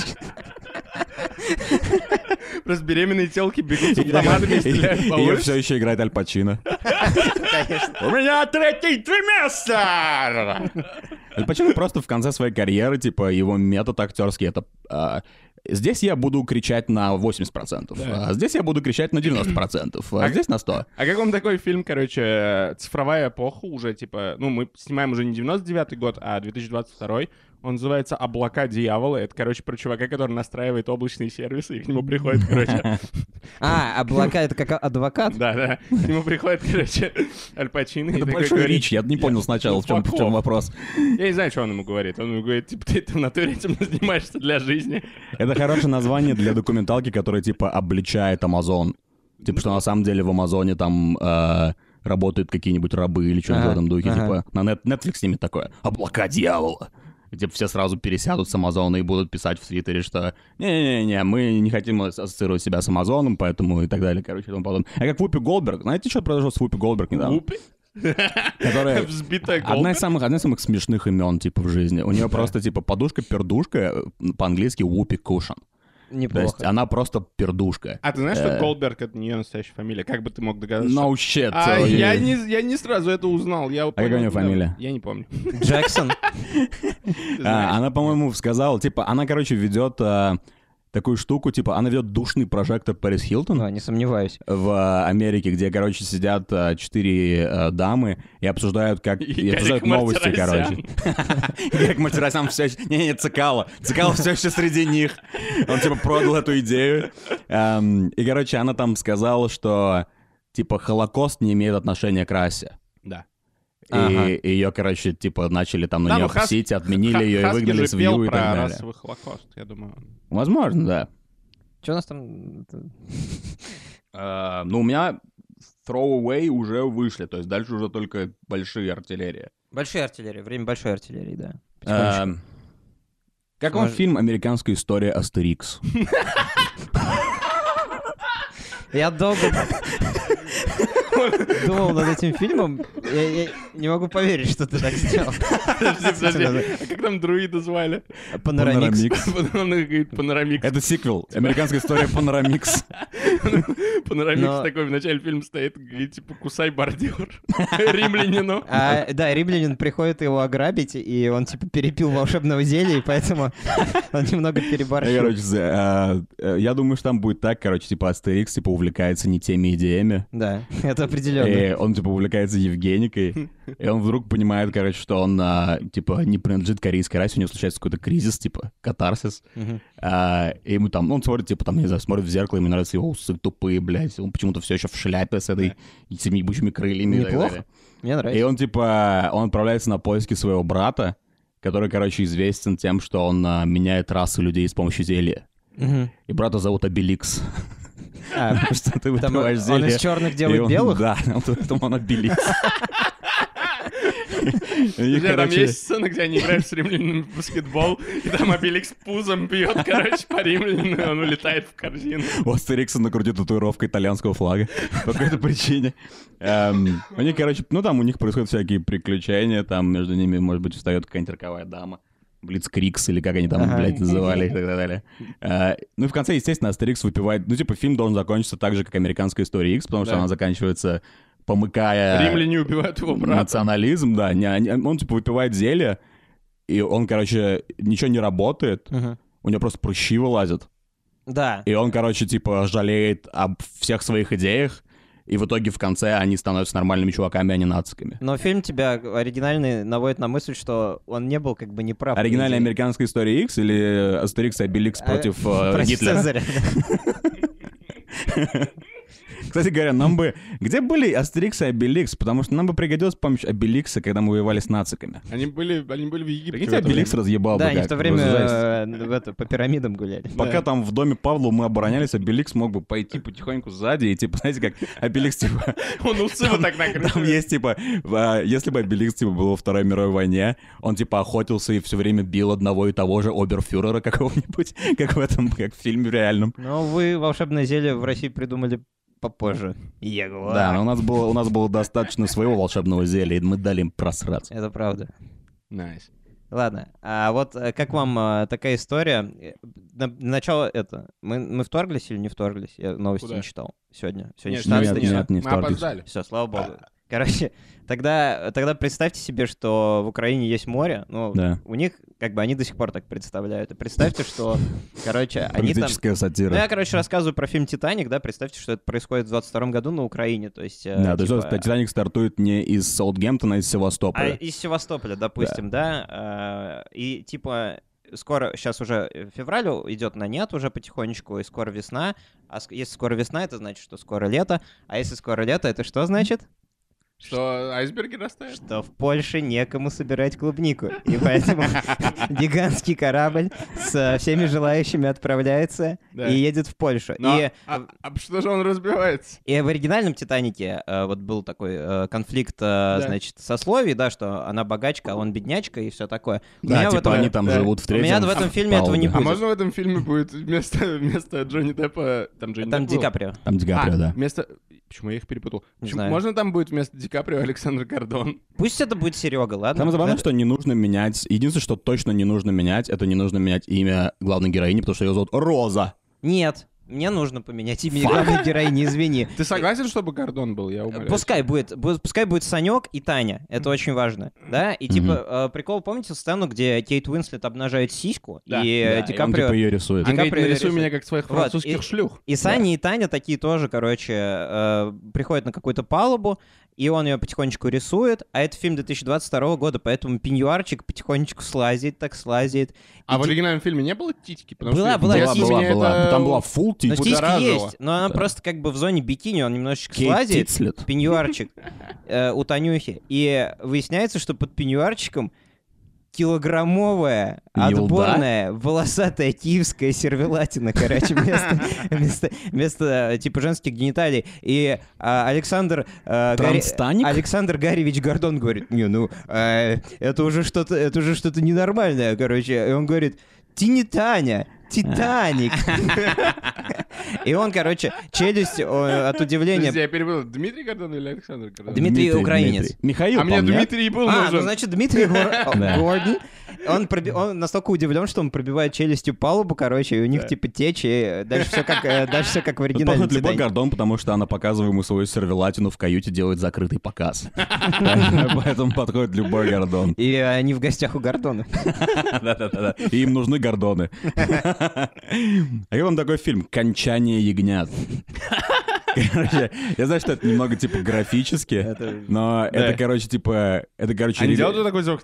[SPEAKER 5] Просто беременные телки бегут с автоматами и стреляют по
[SPEAKER 3] Ее
[SPEAKER 5] улице.
[SPEAKER 3] все еще играет Аль Пачино. У меня третий триместр! Аль Пачино Ну, просто в конце своей карьеры, типа, его метод актерский, это... а, Здесь я буду кричать на 80%, а здесь я буду кричать на 90%, а здесь на 100%.
[SPEAKER 5] А как вам такой фильм, короче, э, цифровая эпоха уже, типа, ну, мы снимаем уже не 99-й год, а 2022 он называется «Облака дьявола». Это, короче, про чувака, который настраивает облачные сервисы, и к нему приходит, короче...
[SPEAKER 4] А, облака это как адвокат?
[SPEAKER 5] Да-да, к нему приходит, короче, Аль Пачино. и
[SPEAKER 3] Это
[SPEAKER 5] такой
[SPEAKER 3] большой
[SPEAKER 5] говорит,
[SPEAKER 3] рич, я не понял сначала, в чем, в чем
[SPEAKER 5] Пахом.
[SPEAKER 3] вопрос.
[SPEAKER 5] Я не знаю, что он ему говорит. Он ему говорит, типа, ты там на туре этим занимаешься для жизни.
[SPEAKER 3] Это хорошее название для документалки, которая типа обличает Амазон. Типа, что на самом деле в Амазоне там э, работают какие-нибудь рабы или что-то в
[SPEAKER 4] Ага,
[SPEAKER 3] этом духе.
[SPEAKER 4] ага.
[SPEAKER 3] Типа, на нет, Netflix снимет такое. Облака дьявола. И, Типа все сразу пересядут с Амазона и будут писать в Твиттере, что не-не-не, мы не хотим ассоциировать себя с Амазоном, поэтому и так далее, короче, и тому подобное. А как Вупи Голдберг, знаете, что произошло с Вупи Голдберг недавно?
[SPEAKER 5] Упи.
[SPEAKER 3] Которая-
[SPEAKER 5] Взбитая
[SPEAKER 3] Э, Одна
[SPEAKER 5] голубь.
[SPEAKER 3] из самых, одна из самых смешных имен, типа, в жизни. У нее просто, типа, подушка-пердушка, э, по-английски whoopee cushion. То есть
[SPEAKER 4] Неплохо.
[SPEAKER 3] она просто пердушка.
[SPEAKER 5] А ты знаешь, что
[SPEAKER 3] Э.
[SPEAKER 5] Голдберг — это не ее настоящая фамилия? Как бы ты мог догадаться? что-
[SPEAKER 3] No shit.
[SPEAKER 5] А
[SPEAKER 3] э,
[SPEAKER 5] я не, я не сразу это узнал. Я а
[SPEAKER 3] какая у неё фамилия?
[SPEAKER 5] Я не помню.
[SPEAKER 4] Джексон.
[SPEAKER 5] Ты
[SPEAKER 3] а,
[SPEAKER 5] знаешь.
[SPEAKER 3] Она, по-моему, сказала, типа, она, короче, ведет э, такую штуку, типа, она ведет душный прожектор Пэрис Хилтон
[SPEAKER 4] Ну, не сомневаюсь.
[SPEAKER 3] в э, Америке, где, короче, сидят э, четыре э, дамы и обсуждают, как...
[SPEAKER 5] И
[SPEAKER 3] и
[SPEAKER 5] Гарик
[SPEAKER 3] обсуждают новости,
[SPEAKER 5] Мартиросян.
[SPEAKER 3] короче. Гарик Мартиросян все еще... Не-не, Цикало. Цикало все еще среди них. Он, типа, продал эту идею. Эм, И, короче, она там сказала, что, типа, Холокост не имеет отношения к расе.
[SPEAKER 5] Да.
[SPEAKER 3] И
[SPEAKER 4] Ага.
[SPEAKER 3] ее, короче, типа, начали там на
[SPEAKER 5] Да,
[SPEAKER 3] нее
[SPEAKER 5] ну, Хас-
[SPEAKER 3] псить, отменили
[SPEAKER 5] Ха-
[SPEAKER 3] ее и
[SPEAKER 5] Хаски
[SPEAKER 3] выгнали
[SPEAKER 5] же
[SPEAKER 3] с
[SPEAKER 5] пел
[SPEAKER 3] Вью и
[SPEAKER 5] про
[SPEAKER 3] так далее.
[SPEAKER 5] расовый холокост, я думаю.
[SPEAKER 3] Возможно, да.
[SPEAKER 4] Что у нас там?
[SPEAKER 3] Э, Ну, у меня throwaway уже вышли, то есть дальше уже только большие артиллерии.
[SPEAKER 4] Большая артиллерия. Время большой артиллерии, да. Потихонечку.
[SPEAKER 3] Эм, Как вам
[SPEAKER 4] Может-
[SPEAKER 3] фильм «Американская история Астерикс»?
[SPEAKER 4] Я долго... думал над этим фильмом. Я, я не могу поверить, что ты так сделал.
[SPEAKER 5] Подожди, подожди. А как там друида звали?
[SPEAKER 4] Панорамикс.
[SPEAKER 3] Панорамикс.
[SPEAKER 5] Он их говорит, панорамикс.
[SPEAKER 3] Это сиквел. Американская история Панорамикс.
[SPEAKER 5] Панорамикс
[SPEAKER 4] Но-
[SPEAKER 5] такой в начале фильма стоит, говорит, типа, кусай бордюр. Римлянину.
[SPEAKER 4] А, да, римлянин приходит его ограбить, и он типа перепил волшебного зелья, и поэтому он немного
[SPEAKER 3] Я,
[SPEAKER 4] переборщил.
[SPEAKER 3] короче, за- э, э, я думаю, что там будет так, короче, типа Астерикс, типа, увлекается не теми идеями.
[SPEAKER 4] Да, это определенно.
[SPEAKER 3] И он, типа, увлекается Евгеникой, и он вдруг понимает, короче, что он, а, типа, не принадлежит корейской расе, у него случается какой-то кризис, типа, катарсис.
[SPEAKER 4] Мгм.
[SPEAKER 3] А, и ему там, он смотрит, типа, там, не знаю, смотрит в зеркало, ему нравятся его усы тупые, блядь, он почему-то все еще в шляпе с этой, с этими ебучими крыльями. и так
[SPEAKER 4] Неплохо.
[SPEAKER 3] далее.
[SPEAKER 4] Мне
[SPEAKER 3] И
[SPEAKER 4] нравится.
[SPEAKER 3] он, типа, он отправляется на поиски своего брата, который, короче, известен тем, что он а, меняет расы людей с помощью зелья.
[SPEAKER 4] Мгм.
[SPEAKER 3] И брата зовут Обеликс.
[SPEAKER 4] А,
[SPEAKER 3] Потому что ты
[SPEAKER 4] там он
[SPEAKER 3] выпиваешь зелье.
[SPEAKER 4] из черных
[SPEAKER 3] и
[SPEAKER 4] делает
[SPEAKER 3] он-
[SPEAKER 4] белых?
[SPEAKER 3] Да, он- поэтому он Обеликс. И,
[SPEAKER 5] Друзья, там
[SPEAKER 3] короче,
[SPEAKER 5] есть сцена, где они играют с римлянами в баскетбол, и там Обеликс пузом бьет, короче, по римлянину, и он улетает в корзину.
[SPEAKER 3] У Астерикса на груди татуировка итальянского флага. По какой-то причине. Эм, У них, короче, ну там у них происходят всякие приключения, там между ними, может быть, встает какая-нибудь роковая дама. Блицкрикс или как они там,
[SPEAKER 4] Ага.
[SPEAKER 3] блядь, называли и так далее. Э, Ну и в конце, естественно, Астерикс выпивает... Ну типа фильм должен закончиться так же, как «Американская история X», потому что
[SPEAKER 5] Да.
[SPEAKER 3] она заканчивается помыкая...
[SPEAKER 5] Римляне убивают его брата.
[SPEAKER 3] Национализм, да. не- не- Он типа выпивает зелье, и он, короче, ничего не работает.
[SPEAKER 4] Мгм.
[SPEAKER 3] У него просто прыщи вылазят.
[SPEAKER 4] Да.
[SPEAKER 3] И он, короче, типа, жалеет об всех своих идеях, и в итоге в конце они становятся нормальными чуваками, а не нациками.
[SPEAKER 4] Но фильм тебя оригинальный наводит на мысль, что он не был как бы неправ. по
[SPEAKER 3] Оригинальная
[SPEAKER 4] идее.
[SPEAKER 3] американская история X или Астерикс и Обеликс
[SPEAKER 4] А,
[SPEAKER 3] против э,
[SPEAKER 4] против
[SPEAKER 3] Гитлера?
[SPEAKER 4] Цезаря, да.
[SPEAKER 3] Кстати говоря, нам бы... Где были Астерикс и Обеликс? Потому что нам бы пригодилась помощь Обеликса, когда мы воевали с нациками.
[SPEAKER 5] Они были, они были в Египте. в
[SPEAKER 3] Прикиньте,
[SPEAKER 5] это
[SPEAKER 3] Обеликс разъебал
[SPEAKER 4] Да,
[SPEAKER 3] бы
[SPEAKER 4] они в
[SPEAKER 3] как,
[SPEAKER 4] то время
[SPEAKER 3] жесть.
[SPEAKER 4] э, в это, по пирамидам гуляли.
[SPEAKER 3] Пока там в доме Павла мы оборонялись, Обеликс мог бы пойти потихоньку сзади и, типа, знаете, как Обеликс, типа,
[SPEAKER 5] время. Он усы вот так накрыл.
[SPEAKER 3] Там есть, типа, а, если бы Обеликс, типа, был во Второй мировой войне, он, типа, охотился и все время бил одного и того же оберфюрера какого-нибудь, как в этом, как в фильме реальном.
[SPEAKER 4] Но Ну, вы волшебное зелье в России придумали попозже. Его.
[SPEAKER 3] Да, ну. но у нас было, у нас было достаточно своего волшебного зелья, и мы дали им просраться.
[SPEAKER 4] Это правда.
[SPEAKER 5] Найс.
[SPEAKER 4] Ладно, а вот э, как вам э, такая история? Э, на- Начало это. Мы, мы вторглись или не вторглись? Я новости
[SPEAKER 5] Куда?
[SPEAKER 4] не читал. Сегодня. Сегодня
[SPEAKER 5] Нет,
[SPEAKER 3] нет,
[SPEAKER 4] 16 число.
[SPEAKER 3] нет, не
[SPEAKER 5] Мы
[SPEAKER 3] вторглись.
[SPEAKER 5] опоздали.
[SPEAKER 4] Все, слава богу. Короче, тогда, тогда представьте себе, что в Украине есть море. Ну,
[SPEAKER 3] Да.
[SPEAKER 4] у них, как бы, они до сих пор так представляют. И представьте, что, короче, они там...
[SPEAKER 3] Политическая
[SPEAKER 4] Ну, я,
[SPEAKER 3] сатира.
[SPEAKER 4] короче, рассказываю про фильм «Титаник», да, представьте, что это происходит в 22 году на Украине, то есть... э,
[SPEAKER 3] Да, то
[SPEAKER 4] типа,
[SPEAKER 3] есть Титаник стартует не из Саутгемптона, а из
[SPEAKER 4] а,
[SPEAKER 3] Севастополя.
[SPEAKER 4] из Севастополя, допустим, да, а, и типа скоро, сейчас уже э, февраль идет на нет уже потихонечку, и скоро весна, а ск- если скоро весна, это значит, что скоро лето, а если скоро лето, это что значит?
[SPEAKER 5] Что, айсберги растают?
[SPEAKER 4] Что в Польше некому собирать клубнику, и поэтому гигантский корабль со всеми желающими отправляется
[SPEAKER 5] Да.
[SPEAKER 4] и едет в Польшу.
[SPEAKER 3] Ну,
[SPEAKER 5] Но-
[SPEAKER 4] И
[SPEAKER 5] а, а что же он разбивается?
[SPEAKER 4] И в оригинальном «Титанике» э, вот был такой э, конфликт, э, значит, сословий, да, что она богачка, а он беднячка и все такое. У
[SPEAKER 3] Да,
[SPEAKER 4] меня в
[SPEAKER 3] типа
[SPEAKER 4] этом-
[SPEAKER 3] они там
[SPEAKER 5] да.
[SPEAKER 3] живут в
[SPEAKER 4] У
[SPEAKER 3] третьем.
[SPEAKER 4] меня в этом фильме этого
[SPEAKER 3] палубе.
[SPEAKER 4] не
[SPEAKER 5] А
[SPEAKER 4] будет.
[SPEAKER 5] можно в этом фильме будет вместо, вместо Джонни Деппа... Там Джонни
[SPEAKER 4] Там
[SPEAKER 5] Депп
[SPEAKER 4] Ди
[SPEAKER 5] был?
[SPEAKER 4] Каприо.
[SPEAKER 3] Там Ди Каприо,
[SPEAKER 5] А,
[SPEAKER 3] да.
[SPEAKER 5] вместо... Почему я их перепутал?
[SPEAKER 4] Не
[SPEAKER 5] Почему-
[SPEAKER 4] знаю.
[SPEAKER 5] Можно там будет вместо Ди Каприо Александр Гордон?
[SPEAKER 4] Пусть это будет Серега, ладно?
[SPEAKER 3] Самое забавное,
[SPEAKER 4] Это-
[SPEAKER 3] что не нужно менять... Единственное, что точно не нужно менять, это не нужно менять имя главной героини, потому что ее зовут Роза.
[SPEAKER 4] Нет, мне нужно поменять имя главной героини, извини.
[SPEAKER 5] Ты согласен, чтобы Гордон был? Я умоляю.
[SPEAKER 4] Пускай будет, бу- пускай будет Санек и Таня, это очень важно, да? И типа э, прикол, помните сцену, где Кейт Уинслет обнажает сиську
[SPEAKER 5] Да,
[SPEAKER 4] и э,
[SPEAKER 3] Да,
[SPEAKER 4] Ди
[SPEAKER 3] и он,
[SPEAKER 4] Каприо
[SPEAKER 3] типа, ее рисует.
[SPEAKER 5] Он
[SPEAKER 4] Ди
[SPEAKER 5] говорит,
[SPEAKER 4] Каприо
[SPEAKER 5] нарисуй
[SPEAKER 4] рисует.
[SPEAKER 5] меня как своих
[SPEAKER 4] Вот,
[SPEAKER 5] французских
[SPEAKER 4] и-
[SPEAKER 5] шлюх.
[SPEAKER 4] И Саня, и Таня такие тоже, короче, э, приходят на какую-то палубу, и он ее потихонечку рисует, а это фильм 2022 года, поэтому пеньюарчик потихонечку слазит, так слазит.
[SPEAKER 5] А
[SPEAKER 4] И
[SPEAKER 5] в
[SPEAKER 4] ти-
[SPEAKER 5] оригинальном фильме не было титьки? Потому
[SPEAKER 4] Была,
[SPEAKER 5] что в
[SPEAKER 4] была
[SPEAKER 3] Была,
[SPEAKER 5] детстве
[SPEAKER 4] титька.
[SPEAKER 3] была,
[SPEAKER 5] меня
[SPEAKER 3] была.
[SPEAKER 5] это
[SPEAKER 3] Там была full типа.
[SPEAKER 4] Но сиськи
[SPEAKER 5] будоражило.
[SPEAKER 4] есть, но она
[SPEAKER 3] Да.
[SPEAKER 4] просто как бы в зоне бикини, он немножечко
[SPEAKER 3] Кейт
[SPEAKER 4] слазит,
[SPEAKER 3] Титслет.
[SPEAKER 4] пеньюарчик э, у Танюхи, и выясняется, что под пеньюарчиком килограммовая,
[SPEAKER 3] Елда?
[SPEAKER 4] отборная, волосатая киевская сервелатина, короче, вместо, вместо, вместо, э, типа женских гениталий. И а, Александр... э, Гарри-
[SPEAKER 3] Транстаник?
[SPEAKER 4] Александр Гаревич Гордон говорит, не, ну, э, это уже что-то, это уже что-то ненормальное, короче. И он говорит, ты не Таня, Титаник. И он, короче, челюсть э, от удивления...
[SPEAKER 5] Подожди, я перепутал. Дмитрий Гордон или Александр Гордон?
[SPEAKER 4] Дмитрий украинец.
[SPEAKER 3] Михаил,
[SPEAKER 5] А мне
[SPEAKER 3] по мне.
[SPEAKER 5] Дмитрий и был
[SPEAKER 4] А, ну
[SPEAKER 5] нужен.
[SPEAKER 4] значит, Дмитрий Гор-
[SPEAKER 3] Да.
[SPEAKER 4] Гордон, он, проби- он настолько удивлен, что он пробивает челюстью палубу, короче, и у них типа течь, и дальше все как, э, дальше все как в
[SPEAKER 3] Тут
[SPEAKER 4] оригинале.
[SPEAKER 3] пахнет любой гордон, потому что она, показывая ему свою сервелатину, в каюте делает закрытый показ. Поэтому подходит любой гордон.
[SPEAKER 4] И они в гостях у Гордона.
[SPEAKER 3] Да-да-да. И им нужны гордоны. А как вам такой фильм «Кончание ягнят»? Короче, я знаю, что это немного, типа, графически,
[SPEAKER 4] Это-
[SPEAKER 3] но это, короче, типа... Это, короче,
[SPEAKER 5] Они
[SPEAKER 3] рели-
[SPEAKER 5] делают вот А такой звук.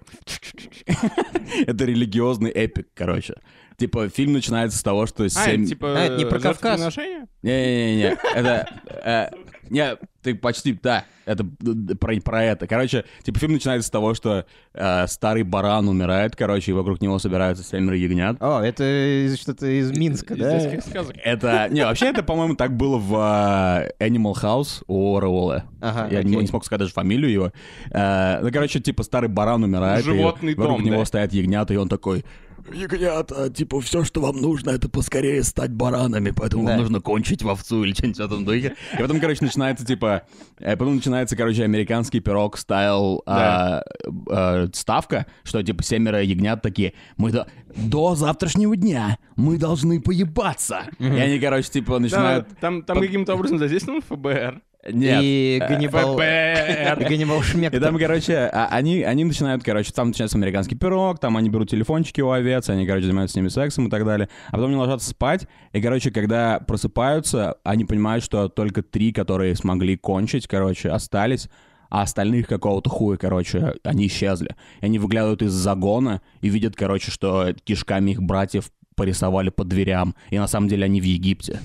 [SPEAKER 3] это религиозный эпик, короче. Типа, фильм начинается с того, что
[SPEAKER 5] А,
[SPEAKER 3] семь...
[SPEAKER 5] типа
[SPEAKER 4] А, это не про Кавказ.
[SPEAKER 5] жертвоприношение?
[SPEAKER 3] Не-не-не, это... э, Не, ты почти, да, это д- д- про, про это. Короче, типа фильм начинается с того, что э, старый баран умирает, короче, и вокруг него собираются семеро ягнят.
[SPEAKER 4] О, это из- что-то из Минска,
[SPEAKER 5] Из
[SPEAKER 4] да?
[SPEAKER 5] детских сказок.
[SPEAKER 3] Это... Не, вообще это, по-моему, так было в э, Animal House у Оруэлла.
[SPEAKER 4] Ага,
[SPEAKER 3] Я не,
[SPEAKER 4] окей.
[SPEAKER 3] не смог сказать даже фамилию его. Э, ну, короче, типа старый баран умирает. и
[SPEAKER 5] Животный
[SPEAKER 3] вокруг
[SPEAKER 5] дом,
[SPEAKER 3] него
[SPEAKER 5] да.
[SPEAKER 3] стоят ягнята, и он такой... Ягнята, типа, все, что вам нужно, это поскорее стать баранами, поэтому
[SPEAKER 4] Да.
[SPEAKER 3] вам нужно кончить в овцу или что-нибудь в этом духе. И потом, короче, начинается, типа, э, потом начинается, короче, американский пирог стайл а, э, ставка, что, типа, семеро ягнят такие, мы до, до завтрашнего дня мы должны поебаться. И они, короче, типа,
[SPEAKER 5] Да,
[SPEAKER 3] начинают...
[SPEAKER 5] там, там
[SPEAKER 3] под-
[SPEAKER 5] каким-то образом задействован ФБР.
[SPEAKER 3] Нет.
[SPEAKER 4] И Ганнибал...
[SPEAKER 5] ФБР.
[SPEAKER 4] Ганнибал Шмек.
[SPEAKER 3] И там, короче, а- они, они начинают, короче, там начинается американский пирог, там они берут телефончики у овец, они, короче, занимаются с ними сексом и так далее. А потом они ложатся спать, и, короче, когда просыпаются, они понимают, что только три, которые смогли кончить, короче, остались, а остальных какого-то хуя, короче, они исчезли. И они выглядывают из загона и видят, короче, что кишками их братьев порисовали по дверям, и на самом деле они в Египте.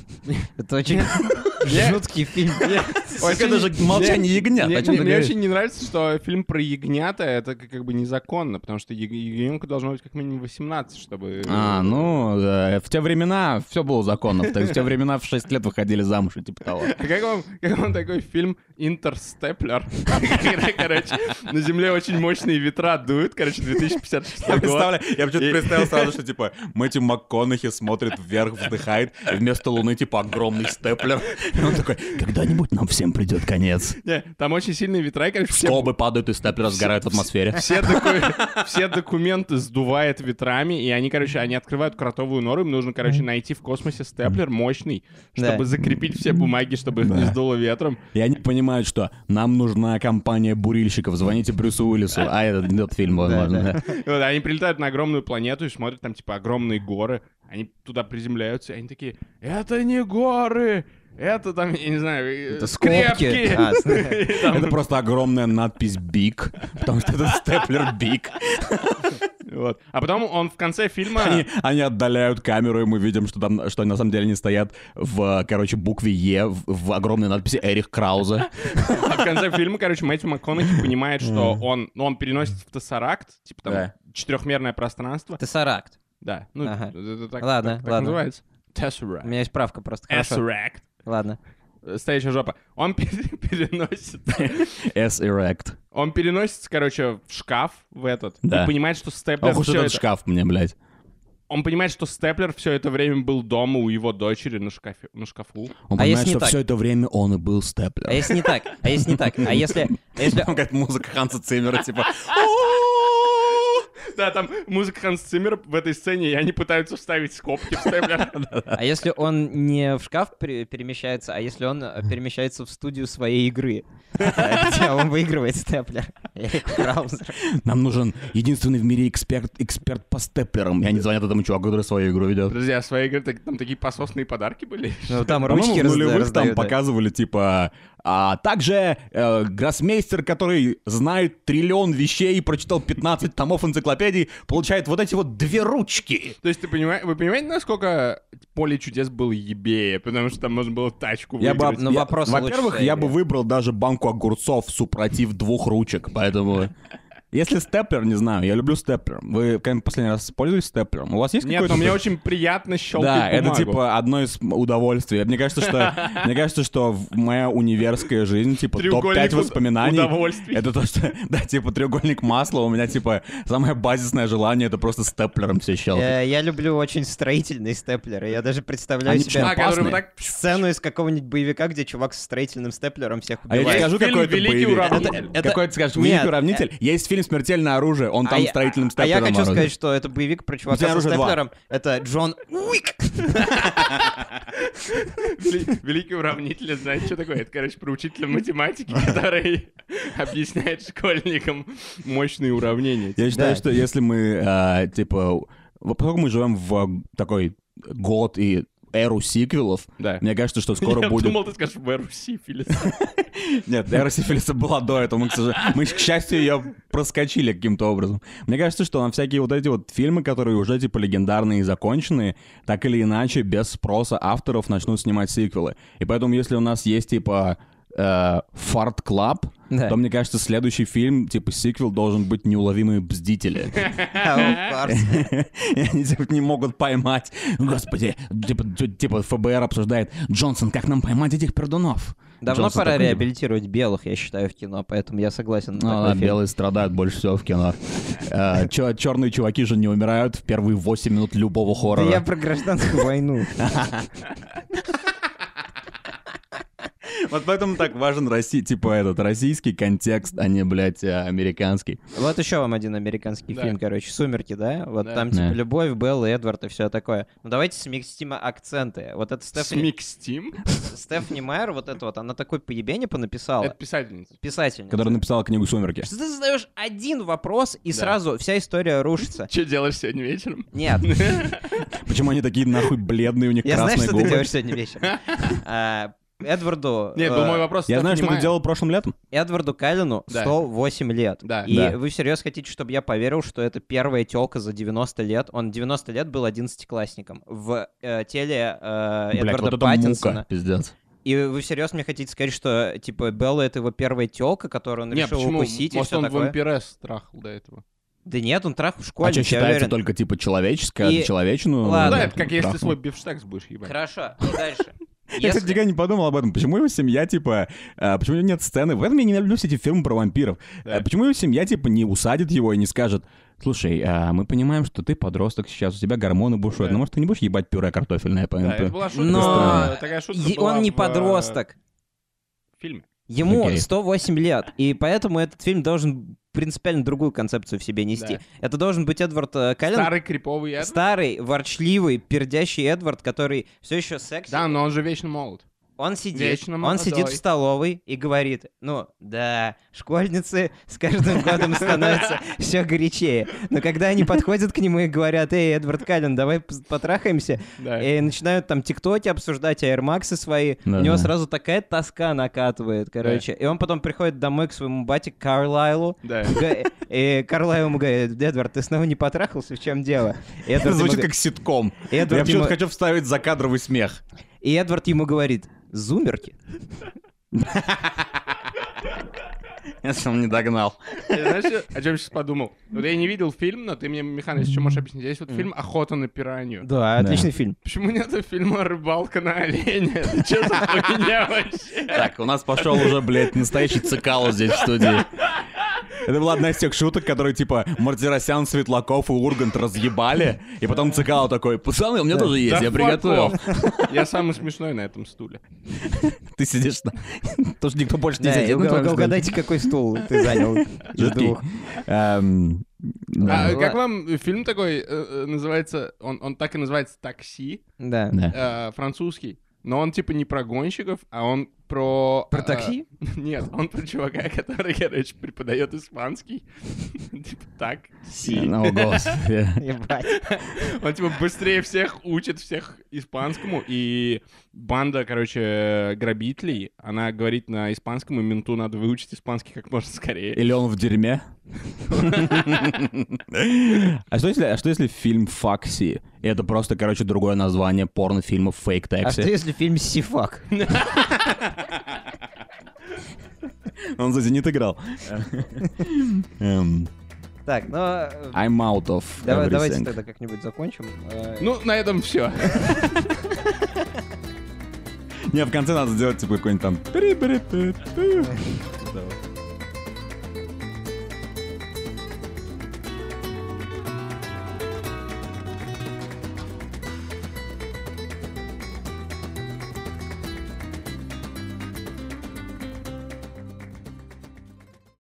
[SPEAKER 4] Это очень жуткий фильм.
[SPEAKER 5] Очень-
[SPEAKER 3] Это же молчание ягнят.
[SPEAKER 5] Мне,
[SPEAKER 3] О чем
[SPEAKER 5] мне-
[SPEAKER 3] ты
[SPEAKER 5] мне
[SPEAKER 3] говоришь?
[SPEAKER 5] очень не нравится, что фильм про ягнята это как, как бы незаконно, потому что я- ягненку должно быть как минимум 18, чтобы...
[SPEAKER 3] А, ну, э, в те времена все было законно. В те- в те времена в 6 лет выходили замуж и типа того.
[SPEAKER 5] А Как вам, как вам такой фильм «Интерстеплер»? Когда, Короче, на Земле очень мощные ветра дуют, короче, 2056 год.
[SPEAKER 3] я почему-то представил сразу, что, типа, Мэтью МакКонахи смотрит вверх, вздыхает, и вместо луны, типа, огромный степлер. И он такой, когда-нибудь нам всем придет конец.
[SPEAKER 5] Не, Там очень сильные ветра, и, короче, все
[SPEAKER 3] Скобы падают, и степлер сгорают в атмосфере.
[SPEAKER 5] Все, доку- все документы сдувает ветрами, и они, короче, они открывают кротовую нору, им нужно, короче, найти в космосе степлер мощный, чтобы
[SPEAKER 4] Да.
[SPEAKER 5] закрепить все бумаги, чтобы их не сдуло ветром.
[SPEAKER 3] И они понимают, что нам нужна компания бурильщиков, звоните Брюсу Уиллису. А этот этот фильм, возможно.
[SPEAKER 5] И вот они прилетают на огромную планету и смотрят, там, типа, огромные горы, они туда приземляются, и они такие, это не горы, это там, я не знаю,
[SPEAKER 4] Это
[SPEAKER 5] это
[SPEAKER 4] скобки.
[SPEAKER 5] скрепки.
[SPEAKER 4] А, с-
[SPEAKER 5] И там-
[SPEAKER 3] Это просто огромная надпись «Биг», потому что это степлер «Биг».
[SPEAKER 5] вот. А потом он в конце фильма...
[SPEAKER 3] Они, они отдаляют камеру, и мы видим, что там, что на самом деле они стоят в, короче, букве Е в, в огромной надписи Эрих Крауза.
[SPEAKER 5] А в конце фильма, короче, Мэтью МакКонахи понимает, что он, ну, он переносит в тессаракт, типа там
[SPEAKER 3] Да.
[SPEAKER 5] четырехмерное пространство.
[SPEAKER 4] Тессаракт.
[SPEAKER 5] Да, ну,
[SPEAKER 4] Ага.
[SPEAKER 5] это так,
[SPEAKER 4] Ладно,
[SPEAKER 5] так- так
[SPEAKER 4] ладно.
[SPEAKER 5] называется.
[SPEAKER 4] У меня есть правка просто. Хорошо.
[SPEAKER 5] Тессаракт.
[SPEAKER 4] Ладно.
[SPEAKER 5] Э, Стоящая жопа. Он пере- переносит,
[SPEAKER 3] С Erect.
[SPEAKER 5] он переносится, короче, в шкаф в этот.
[SPEAKER 3] Да.
[SPEAKER 5] И понимает, что
[SPEAKER 3] Ох
[SPEAKER 5] степлер
[SPEAKER 3] уж
[SPEAKER 5] всё
[SPEAKER 3] этот
[SPEAKER 5] это-
[SPEAKER 3] шкаф мне, блядь.
[SPEAKER 5] Он понимает, что степлер все это время был дома у его дочери на шкафе, на шкафу.
[SPEAKER 3] Он
[SPEAKER 4] А
[SPEAKER 3] понимает,
[SPEAKER 4] если не
[SPEAKER 3] что
[SPEAKER 4] так?
[SPEAKER 3] все это время он и был степлер.
[SPEAKER 4] А если не так? А если не так? А если... а если-
[SPEAKER 3] Там какая-то музыка Ханса Циммера, типа...
[SPEAKER 5] Да, там музыка Ханс Циммера в этой сцене, и они пытаются вставить скобки в степлер.
[SPEAKER 4] А если он не в шкаф пере- перемещается, а если он э, перемещается в студию своей игры, э, где он выигрывает степлер? Эрик Краузер.
[SPEAKER 3] Нам нужен единственный в мире эксперт, эксперт по степлерам. И они звонят этому чуваку, который свою игру ведет.
[SPEAKER 5] Подожди, а в своей игре так- там такие пососные подарки были?
[SPEAKER 4] Ну, там
[SPEAKER 3] По-моему,
[SPEAKER 4] ручки
[SPEAKER 3] в нулевых
[SPEAKER 4] разда-
[SPEAKER 3] там
[SPEAKER 4] раздают, да.
[SPEAKER 3] показывали, типа, а также э, гроссмейстер, который знает триллион вещей и прочитал 15 томов энциклопедии, получает вот эти вот две ручки.
[SPEAKER 5] То есть ты понимаешь, вы понимаете, насколько поле чудес было ебее, потому что там можно было тачку
[SPEAKER 3] Я бы,
[SPEAKER 5] выиграть.
[SPEAKER 4] Ну,
[SPEAKER 3] я-
[SPEAKER 4] вопросы лучше
[SPEAKER 3] во-первых, я бы
[SPEAKER 4] ставили.
[SPEAKER 3] выбрал даже банку огурцов супротив двух ручек, поэтому... Если степлер, не знаю, я люблю степлер. Вы когда последний раз пользовались степлером? У вас есть
[SPEAKER 5] Нет,
[SPEAKER 3] какой-то...
[SPEAKER 5] но мне очень приятно щелкать
[SPEAKER 3] Да, это
[SPEAKER 5] бумагу.
[SPEAKER 3] типа одно из удовольствий. Мне кажется, что мне кажется, что в- моя универская жизнь, типа
[SPEAKER 5] Треугольник
[SPEAKER 3] топ-5
[SPEAKER 5] уд-
[SPEAKER 3] воспоминаний.
[SPEAKER 5] удовольствий.
[SPEAKER 3] Это то, что, да, типа треугольник масла. У меня типа самое базисное желание это просто степлером все щелкать.
[SPEAKER 4] Э, Я люблю очень строительные степлеры. Я даже представляю
[SPEAKER 3] Они
[SPEAKER 4] себе
[SPEAKER 5] А, который
[SPEAKER 3] опасные.
[SPEAKER 5] вот так...
[SPEAKER 4] сцену из какого-нибудь боевика, где чувак со строительным степлером всех
[SPEAKER 3] А я тебе
[SPEAKER 5] Есть
[SPEAKER 4] убивает.
[SPEAKER 3] скажу,
[SPEAKER 5] фильм
[SPEAKER 3] какой это
[SPEAKER 5] «Великий
[SPEAKER 3] боевик».
[SPEAKER 5] уравнитель».
[SPEAKER 3] Это-
[SPEAKER 4] Это-
[SPEAKER 3] Какой ты скажешь?
[SPEAKER 4] Нет,
[SPEAKER 3] «Великий
[SPEAKER 4] э-
[SPEAKER 3] уравнитель». Есть фильм «Смертельное оружие». Он там
[SPEAKER 4] я-
[SPEAKER 3] стреительным
[SPEAKER 4] А я
[SPEAKER 3] степлером
[SPEAKER 4] хочу
[SPEAKER 3] орудует.
[SPEAKER 4] сказать, что это боевик про
[SPEAKER 3] тебя
[SPEAKER 4] чувака со
[SPEAKER 3] оружие два.
[SPEAKER 4] степлером. Это Джон Уик.
[SPEAKER 5] Вели- Великий уравнитель, знаете, что такое? Это, короче, про учителя математики, который объясняет школьникам мощные уравнения.
[SPEAKER 3] Я считаю,
[SPEAKER 4] Да.
[SPEAKER 3] что если мы, а, типа, во- поскольку мы живем в а, такой год и эру сиквелов,
[SPEAKER 5] Да.
[SPEAKER 3] мне кажется, что скоро
[SPEAKER 5] Я
[SPEAKER 3] будет...
[SPEAKER 5] думал, ты скажешь в Сифилис.
[SPEAKER 3] Нет, эра сифилиса была до этого, мы, к сожалению, мы, к счастью, ее проскочили каким-то образом. Мне кажется, что нам всякие вот эти вот фильмы, которые уже, типа, легендарные и законченные, так или иначе, без спроса авторов начнут снимать сиквелы. И поэтому, если у нас есть, типа, э, Фарт Клаб,
[SPEAKER 4] Да.
[SPEAKER 3] то, мне кажется, следующий фильм, типа, сиквел должен быть «Неуловимые бздители».
[SPEAKER 4] Of course.
[SPEAKER 3] И они типа, не могут поймать. Господи, типа, т- типа ФБР обсуждает, Джонсон, как нам поймать этих пердунов?
[SPEAKER 4] Давно
[SPEAKER 3] Джонсон
[SPEAKER 4] пора
[SPEAKER 3] такой, типа,
[SPEAKER 4] реабилитировать белых, я считаю, в кино, поэтому я согласен на
[SPEAKER 3] «Ну
[SPEAKER 4] такой
[SPEAKER 3] да,
[SPEAKER 4] фильм.
[SPEAKER 3] белые страдают больше всего в кино. Черные чуваки же не умирают в первые 8 минут любого
[SPEAKER 4] Да я
[SPEAKER 3] хоррора.
[SPEAKER 4] про гражданскую войну.
[SPEAKER 3] Вот поэтому так важен россий, типа этот российский контекст, а не, блядь, э, американский.
[SPEAKER 4] Вот еще вам один американский
[SPEAKER 5] Да.
[SPEAKER 4] фильм, короче, «Сумерки», да? Вот
[SPEAKER 5] Да.
[SPEAKER 4] там типа
[SPEAKER 3] Да.
[SPEAKER 4] любовь, Белла, Эдвард и все такое. Ну давайте смикстим акценты. Вот это Стефани,
[SPEAKER 5] Смикстим?
[SPEAKER 4] Стефани Майер, вот это вот, она такой поебени
[SPEAKER 5] Это
[SPEAKER 4] понаписала.
[SPEAKER 5] писательница.
[SPEAKER 4] Писательница.
[SPEAKER 3] Который написал книгу «Сумерки».
[SPEAKER 4] Что ты задаешь один вопрос, и
[SPEAKER 5] Да.
[SPEAKER 4] сразу вся история рушится.
[SPEAKER 5] Что делаешь сегодня вечером?
[SPEAKER 4] Нет,
[SPEAKER 3] Почему они такие нахуй бледные, у них
[SPEAKER 4] я знаю,
[SPEAKER 3] красные
[SPEAKER 4] что ты
[SPEAKER 3] губы?
[SPEAKER 4] делаешь сегодня вечером. А, Эдварду...
[SPEAKER 5] Нет,
[SPEAKER 4] э,
[SPEAKER 5] ну мой вопрос...
[SPEAKER 3] А, Я знаю, что ты
[SPEAKER 5] понимаю.
[SPEAKER 3] делал прошлым летом.
[SPEAKER 4] Эдварду Калину
[SPEAKER 5] Да.
[SPEAKER 4] 108 лет.
[SPEAKER 5] Да.
[SPEAKER 4] И
[SPEAKER 3] Да.
[SPEAKER 4] вы всерьез хотите, чтобы я поверил, что это первая телка за 90 лет? Он 90 лет был 11-классником в э, теле э,
[SPEAKER 3] Блядь,
[SPEAKER 4] Эдварда
[SPEAKER 3] вот это мука,
[SPEAKER 4] Паттинсона.
[SPEAKER 3] пиздец.
[SPEAKER 4] И вы всерьез мне хотите сказать, что типа Белла это его первая телка, которую он
[SPEAKER 5] Не,
[SPEAKER 4] решил
[SPEAKER 5] почему?
[SPEAKER 4] укусить и
[SPEAKER 5] Может,
[SPEAKER 4] все
[SPEAKER 5] он
[SPEAKER 4] такое?
[SPEAKER 5] вампирес страхал до этого.
[SPEAKER 4] Да нет, он трахал в школе.
[SPEAKER 3] А что,
[SPEAKER 4] я
[SPEAKER 3] считается
[SPEAKER 4] уверен.
[SPEAKER 3] только, типа, человеческое,
[SPEAKER 4] И-
[SPEAKER 3] а человечину?
[SPEAKER 5] Ну
[SPEAKER 4] Ладно.
[SPEAKER 5] Да, это как если
[SPEAKER 3] трахнул.
[SPEAKER 5] ты свой бифштекс будешь ебать.
[SPEAKER 4] Хорошо, и дальше.
[SPEAKER 3] Я, кстати,
[SPEAKER 4] Если-
[SPEAKER 3] никогда не подумал об этом. Почему его семья, типа, э, почему у него нет сцены? В этом я не люблю все эти фильмы про вампиров.
[SPEAKER 5] Да.
[SPEAKER 3] Э, Почему его семья, типа, не усадит его и не скажет, слушай, а, мы понимаем, что ты подросток сейчас, у тебя гормоны бушуют,
[SPEAKER 5] Да.
[SPEAKER 3] но может ты не будешь ебать пюре картофельное? по-
[SPEAKER 5] Да, это
[SPEAKER 3] по-
[SPEAKER 5] была шутка.
[SPEAKER 4] Но-
[SPEAKER 5] э, Такая шутка
[SPEAKER 4] И
[SPEAKER 5] была
[SPEAKER 4] Он не
[SPEAKER 5] в, э,
[SPEAKER 4] подросток.
[SPEAKER 5] фильме.
[SPEAKER 4] Ему
[SPEAKER 3] Окей.
[SPEAKER 4] 108 лет, и поэтому этот фильм должен принципиально другую концепцию в себе нести.
[SPEAKER 5] Да.
[SPEAKER 4] Это должен быть Эдвард э, Каллен,
[SPEAKER 5] Старый криповый Эд.
[SPEAKER 4] старый, ворчливый, пердящий Эдвард, который все еще секси.
[SPEAKER 5] Да, но он же вечно молод.
[SPEAKER 4] Он сидит,
[SPEAKER 5] вечно
[SPEAKER 4] он
[SPEAKER 5] молодой.
[SPEAKER 4] сидит в столовой и говорит, ну, да, школьницы с каждым годом становятся все горячее. Но когда они подходят к нему и говорят, эй, Эдвард Каллен, давай пос- потрахаемся,
[SPEAKER 5] Да.
[SPEAKER 4] и начинают там тиктоки обсуждать, а аэрмаксы свои.
[SPEAKER 3] Да,
[SPEAKER 4] У него
[SPEAKER 3] да.
[SPEAKER 4] сразу такая тоска накатывает, короче. И он потом приходит домой к своему бате Карлайлу.
[SPEAKER 5] Да.
[SPEAKER 4] г- И Карлайл ему говорит, Эдвард, ты снова не потрахался, в чем дело? И
[SPEAKER 3] Это
[SPEAKER 4] Эдвард ему
[SPEAKER 3] звучит
[SPEAKER 4] г-
[SPEAKER 3] как ситком. Я
[SPEAKER 4] Эдвард ему-
[SPEAKER 3] почему-то хочу вставить закадровый смех.
[SPEAKER 4] И Эдвард ему говорит, зумерки.
[SPEAKER 3] Я сам не догнал.
[SPEAKER 5] Я знаешь, о чем сейчас подумал? Вот я не видел фильм, но ты мне, Михан, если что, можешь объяснить. Есть вот фильм «Охота на пиранью».
[SPEAKER 4] Да, отличный фильм.
[SPEAKER 5] Почему нет фильма «Рыбалка на оленя»? Это что за хуйня вообще?
[SPEAKER 3] Так, у нас пошел уже, блядь, настоящий цикал здесь в студии. Это была одна из тех шуток, которые, типа, Мартиросян, Светлаков и Ургант разъебали, и потом Цикало такой, пацаны, у меня тоже есть,
[SPEAKER 5] Да
[SPEAKER 3] я
[SPEAKER 5] fuck
[SPEAKER 3] приготовил.
[SPEAKER 5] off. Я самый смешной на этом стуле.
[SPEAKER 3] Ты сидишь на... Потому что никто больше не
[SPEAKER 4] Да, и
[SPEAKER 3] сидит. ну,
[SPEAKER 4] уг-
[SPEAKER 3] там же
[SPEAKER 4] угадайте, какой стул ты занял из
[SPEAKER 3] жидкий.
[SPEAKER 4] двух.
[SPEAKER 3] Эм, да.
[SPEAKER 5] А,
[SPEAKER 4] ладно.
[SPEAKER 5] Как вам фильм такой э, э, называется, он он так и называется «Такси»,
[SPEAKER 4] Да.
[SPEAKER 3] Да.
[SPEAKER 5] э, французский, но он типа не про гонщиков, а он про...
[SPEAKER 4] Про
[SPEAKER 5] э,
[SPEAKER 4] такси?
[SPEAKER 5] Нет, он про чувака, который, короче, преподает испанский. Типа так.
[SPEAKER 3] Ну, господи.
[SPEAKER 4] Ебать.
[SPEAKER 5] Он типа быстрее всех учит всех испанскому, и банда, короче, грабителей, она говорит на испанском, и менту надо выучить испанский как можно скорее.
[SPEAKER 3] Или он в дерьме? А что если, а что если фильм «Факси»? И это просто, короче, другое название порнофильмов «Фейк
[SPEAKER 4] А что
[SPEAKER 3] Такси».
[SPEAKER 4] если фильм «Сифак»?
[SPEAKER 3] Он за «Зенит» играл. Эм,
[SPEAKER 4] Так, ну... э,
[SPEAKER 3] I'm out of
[SPEAKER 4] давай- давайте
[SPEAKER 3] everything.
[SPEAKER 4] тогда как-нибудь закончим. Э,
[SPEAKER 5] Ну, на этом все.
[SPEAKER 3] Не, в конце надо сделать, типа, какой-нибудь там...